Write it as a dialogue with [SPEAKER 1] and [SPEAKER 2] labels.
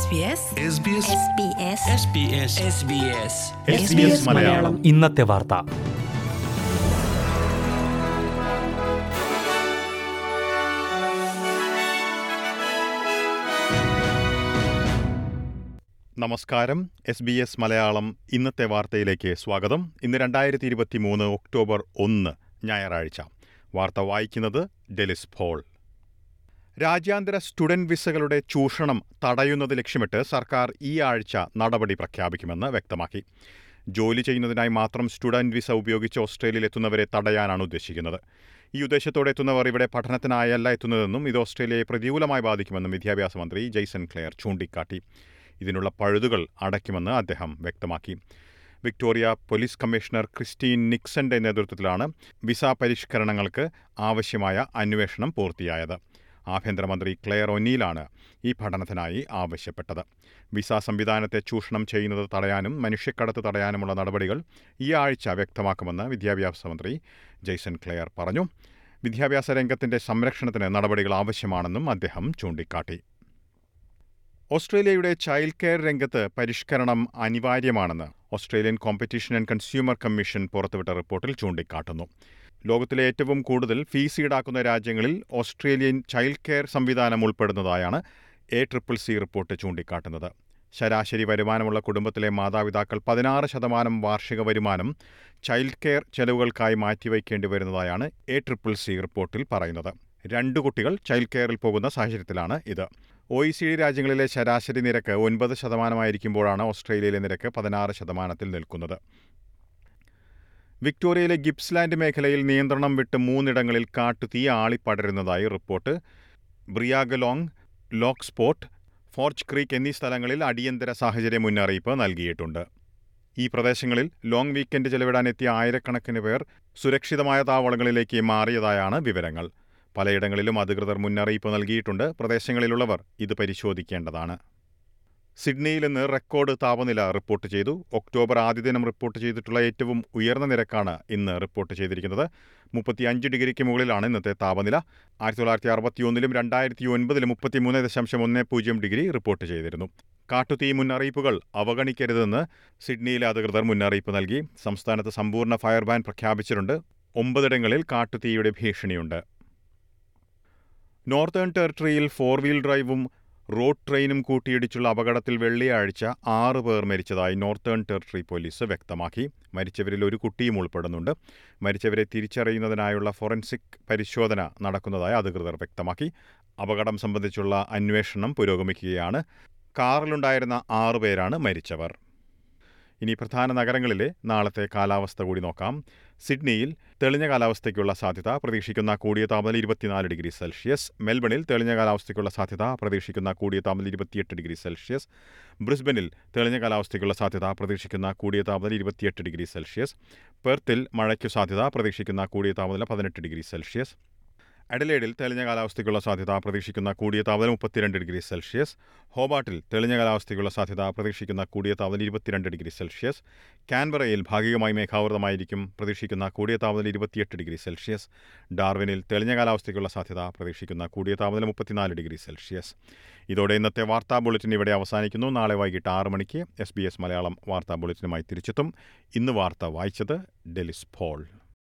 [SPEAKER 1] SBS
[SPEAKER 2] SBS
[SPEAKER 3] SBS Malayalam
[SPEAKER 4] ഇന്നത്തെ വാർത്ത
[SPEAKER 3] നമസ്കാരം എസ് ബി എസ് മലയാളം ഇന്നത്തെ വാർത്തയിലേക്ക് സ്വാഗതം ഇന്ന് രണ്ടായിരത്തി ഇരുപത്തി മൂന്ന് ഒക്ടോബർ ഒന്ന് ഞായറാഴ്ച വാർത്ത വായിക്കുന്നത് ഡെലിസ് ഫോൾ രാജ്യാന്തര സ്റ്റുഡന്റ് വിസകളുടെ ചൂഷണം തടയുന്നത് ലക്ഷ്യമിട്ട് സർക്കാർ ഈ ആഴ്ച നടപടി പ്രഖ്യാപിക്കുമെന്ന് വ്യക്തമാക്കി ജോലി ചെയ്യുന്നതിനായി മാത്രം സ്റ്റുഡന്റ് വിസ ഉപയോഗിച്ച് ഓസ്ട്രേലിയയിൽ എത്തുന്നവരെ തടയാനാണ് ഉദ്ദേശിക്കുന്നത് ഈ ഉദ്ദേശത്തോടെ എത്തുന്നവർ ഇവിടെ പഠനത്തിനായല്ല എത്തുന്നതെന്നും ഇത് ഓസ്ട്രേലിയയെ പ്രതികൂലമായി ബാധിക്കുമെന്നും വിദ്യാഭ്യാസ മന്ത്രി ജെയ്സൺ ക്ലെയർ ചൂണ്ടിക്കാട്ടി ഇതിനുള്ള പഴുതുകൾ അടയ്ക്കുമെന്ന് അദ്ദേഹം വ്യക്തമാക്കി വിക്ടോറിയ പോലീസ് കമ്മീഷണർ ക്രിസ്റ്റീൻ നിക്സന്റെ നേതൃത്വത്തിലാണ് വിസ പരിഷ്കരണങ്ങൾക്ക് ആവശ്യമായ അന്വേഷണം പൂർത്തിയായത് ആഭ്യന്തരമന്ത്രി ക്ലെയർ ഒനീലാണ് ഈ പഠനത്തിനായി ആവശ്യപ്പെട്ടത് വിസ സംവിധാനത്തെ ചൂഷണം ചെയ്യുന്നത് തടയാനും മനുഷ്യക്കടത്ത് തടയാനുമുള്ള നടപടികൾ ഈ ആഴ്ച വ്യക്തമാക്കുമെന്ന് വിദ്യാഭ്യാസ മന്ത്രി ജെയ്സൺ ക്ലെയർ പറഞ്ഞു വിദ്യാഭ്യാസ രംഗത്തിന്റെ സംരക്ഷണത്തിന് നടപടികൾ ആവശ്യമാണെന്നും അദ്ദേഹം ചൂണ്ടിക്കാട്ടി ഓസ്ട്രേലിയയുടെ ചൈൽഡ് കെയർ രംഗത്ത് പരിഷ്കരണം അനിവാര്യമാണെന്ന് Australian competition and consumer commission പുറത്തുവിട്ട റിപ്പോർട്ടിൽ ചൂണ്ടിക്കാട്ടുന്നു ലോകത്തിലെ ഏറ്റവും കൂടുതൽ ഫീസ് ഈടാക്കുന്ന രാജ്യങ്ങളിൽ ഓസ്ട്രേലിയൻ ചൈൽഡ് കെയർ സംവിധാനം ഉൾപ്പെടുന്നതായാണ് എ ട്രിപ്പിൾ സി റിപ്പോർട്ട് ചൂണ്ടിക്കാട്ടുന്നത് ശരാശരി വരുമാനമുള്ള കുടുംബത്തിലെ മാതാപിതാക്കൾ പതിനാറ് ശതമാനം വാർഷിക വരുമാനം ചൈൽഡ് കെയർ ചെലവുകൾക്കായി മാറ്റിവെക്കേണ്ടി വരുന്നതായാണ് എ ട്രിപ്പിൾ സി റിപ്പോർട്ടിൽ പറയുന്നത് രണ്ട് കുട്ടികൾ ചൈൽഡ് കെയറിൽ പോകുന്ന സാഹചര്യത്തിലാണ് ഇത് ഒ ഇ സി ഡി രാജ്യങ്ങളിലെ ശരാശരി നിരക്ക് ഒൻപത് ശതമാനമായിരിക്കുമ്പോഴാണ് ഓസ്ട്രേലിയയിലെ നിരക്ക് പതിനാറ് ശതമാനത്തിൽ നിൽക്കുന്നത് വിക്ടോറിയയിലെ ഗിപ്സ്ലാൻഡ് മേഖലയിൽ നിയന്ത്രണം വിട്ട് മൂന്നിടങ്ങളിൽ കാട്ടുതീ ആളിപ്പടരുന്നതായി റിപ്പോർട്ട് ബ്രിയാഗലോങ് ലോക്സ്പോട്ട് ഫോർച്ച് ക്രീക്ക് എന്നീ സ്ഥലങ്ങളിൽ അടിയന്തര സാഹചര്യ മുന്നറിയിപ്പ് നൽകിയിട്ടുണ്ട് ഈ പ്രദേശങ്ങളിൽ ലോങ് വീക്കെൻഡ് ചെലവിടാനെത്തിയ ആയിരക്കണക്കിന് പേർ സുരക്ഷിതമായ താവളങ്ങളിലേക്ക് മാറിയതായാണ് വിവരങ്ങൾ പലയിടങ്ങളിലും അധികൃതർ മുന്നറിയിപ്പ് നൽകിയിട്ടുണ്ട് പ്രദേശങ്ങളിലുള്ളവർ ഇത് പരിശോധിക്കേണ്ടതാണ് സിഡ്നിയിൽ ഇന്ന് റെക്കോർഡ് താപനില റിപ്പോർട്ട് ചെയ്തു ഒക്ടോബർ ആദ്യ ദിനം റിപ്പോർട്ട് ചെയ്തിട്ടുള്ള ഏറ്റവും ഉയർന്ന നിരക്കാണ് ഇന്ന് റിപ്പോർട്ട് ചെയ്തിരിക്കുന്നത് മുപ്പത്തിയഞ്ച് ഡിഗ്രിക്ക് മുകളിലാണ് ഇന്നത്തെ താപനില ആയിരത്തി തൊള്ളായിരത്തി അറുപത്തിയൊന്നിലും രണ്ടായിരത്തി ഒൻപതിലും മുപ്പത്തിമൂന്ന് ദശാംശം ഒന്ന് പൂജ്യം ഡിഗ്രി റിപ്പോർട്ട് ചെയ്തിരുന്നു കാട്ടുതീ മുന്നറിയിപ്പുകൾ അവഗണിക്കരുതെന്ന് സിഡ്നിയിലെ അധികൃതർ മുന്നറിയിപ്പ് നൽകി സംസ്ഥാനത്ത് സമ്പൂർണ്ണ ഫയർ ബാൻ പ്രഖ്യാപിച്ചിട്ടുണ്ട് ഒമ്പതിടങ്ങളിൽ കാട്ടുതീയുടെ ഭീഷണിയുണ്ട് നോർത്തേൺ ടെറിട്ടറിയിൽ ഫോർ വീൽ ഡ്രൈവും റോഡ് ട്രെയിനും കൂട്ടിയിടിച്ചുള്ള അപകടത്തിൽ വെള്ളിയാഴ്ച ആറ് പേർ മരിച്ചതായി നോർത്തേൺ ടെറിട്ടറി പോലീസ് വ്യക്തമാക്കി മരിച്ചവരിൽ ഒരു കുട്ടിയും ഉൾപ്പെടുന്നുണ്ട് മരിച്ചവരെ തിരിച്ചറിയുന്നതിനായുള്ള ഫോറൻസിക് പരിശോധന നടക്കുന്നതായി അധികൃതർ വ്യക്തമാക്കി അപകടം സംബന്ധിച്ചുള്ള അന്വേഷണം പുരോഗമിക്കുകയാണ് കാറിലുണ്ടായിരുന്ന ആറു പേരാണ് മരിച്ചവർ ഇനി പ്രധാന നഗരങ്ങളിലെ നാളത്തെ കാലാവസ്ഥ കൂടി നോക്കാം സിഡ്നിയിൽ തെളിഞ്ഞ കാലാവസ്ഥയ്ക്കുള്ള സാധ്യത പ്രതീക്ഷിക്കുന്ന കൂടിയ താപനില ഇരുപത്തിനാല് ഡിഗ്രി സെൽഷ്യസ് മെൽബണിൽ തെളിഞ്ഞ കാലാവസ്ഥയ്ക്കുള്ള സാധ്യത പ്രതീക്ഷിക്കുന്ന കൂടിയ താപനില ഇരുപത്തിയെട്ട് ഡിഗ്രി സെൽഷ്യസ് ബ്രിസ്ബനിൽ തെളിഞ്ഞ കാലാവസ്ഥയ്ക്കുള്ള സാധ്യത പ്രതീക്ഷിക്കുന്ന കൂടിയ താപനില ഇരുപത്തിയെട്ട് ഡിഗ്രി സെൽഷ്യസ് പെർത്തിൽ മഴയ്ക്കു സാധ്യത പ്രതീക്ഷിക്കുന്ന കൂടിയ താപനില പതിനെട്ട് ഡിഗ്രി സെൽഷ്യസ് അഡലേഡിൽ തെളിഞ്ഞ കാലാവസ്ഥയ്ക്കുള്ള സാധ്യത പ്രതീക്ഷിക്കുന്ന കൂടിയ താപനില മുപ്പത്തിരണ്ട് ഡിഗ്രി സെൽഷ്യസ് ഹോബാട്ടിൽ തെളിഞ്ഞ കാലാവസ്ഥയ്ക്കുള്ള സാധ്യത പ്രതീക്ഷിക്കുന്ന കൂടിയ താപനില ഇരുപത്തിരണ്ട് ഡിഗ്രി സെൽഷ്യസ് കാൻബറയിൽ ഭാഗികമായി മേഘാവൃതമായിരിക്കും പ്രതീക്ഷിക്കുന്ന കൂടിയ താപനില ഇരുപത്തിയെട്ട് ഡിഗ്രി സെൽഷ്യസ് ഡാർവിനിൽ തെളിഞ്ഞ കാലാവസ്ഥയ്ക്കുള്ള സാധ്യത പ്രതീക്ഷിക്കുന്ന കൂടിയ താപനില മുപ്പത്തിനാല് ഡിഗ്രി സെൽഷ്യസ് ഇതോടെ ഇന്നത്തെ വാർത്താ ബുള്ളറ്റിൻ ഇവിടെ അവസാനിക്കുന്നു നാളെ വൈകിട്ട് ആറ് മണിക്ക് എസ് ബി എസ് മലയാളം വാർത്താ ബുള്ളറ്റിനുമായി തിരിച്ചെത്തും ഇന്ന് വാർത്ത വായിച്ചത് ഡെലിസ് ഫോൾ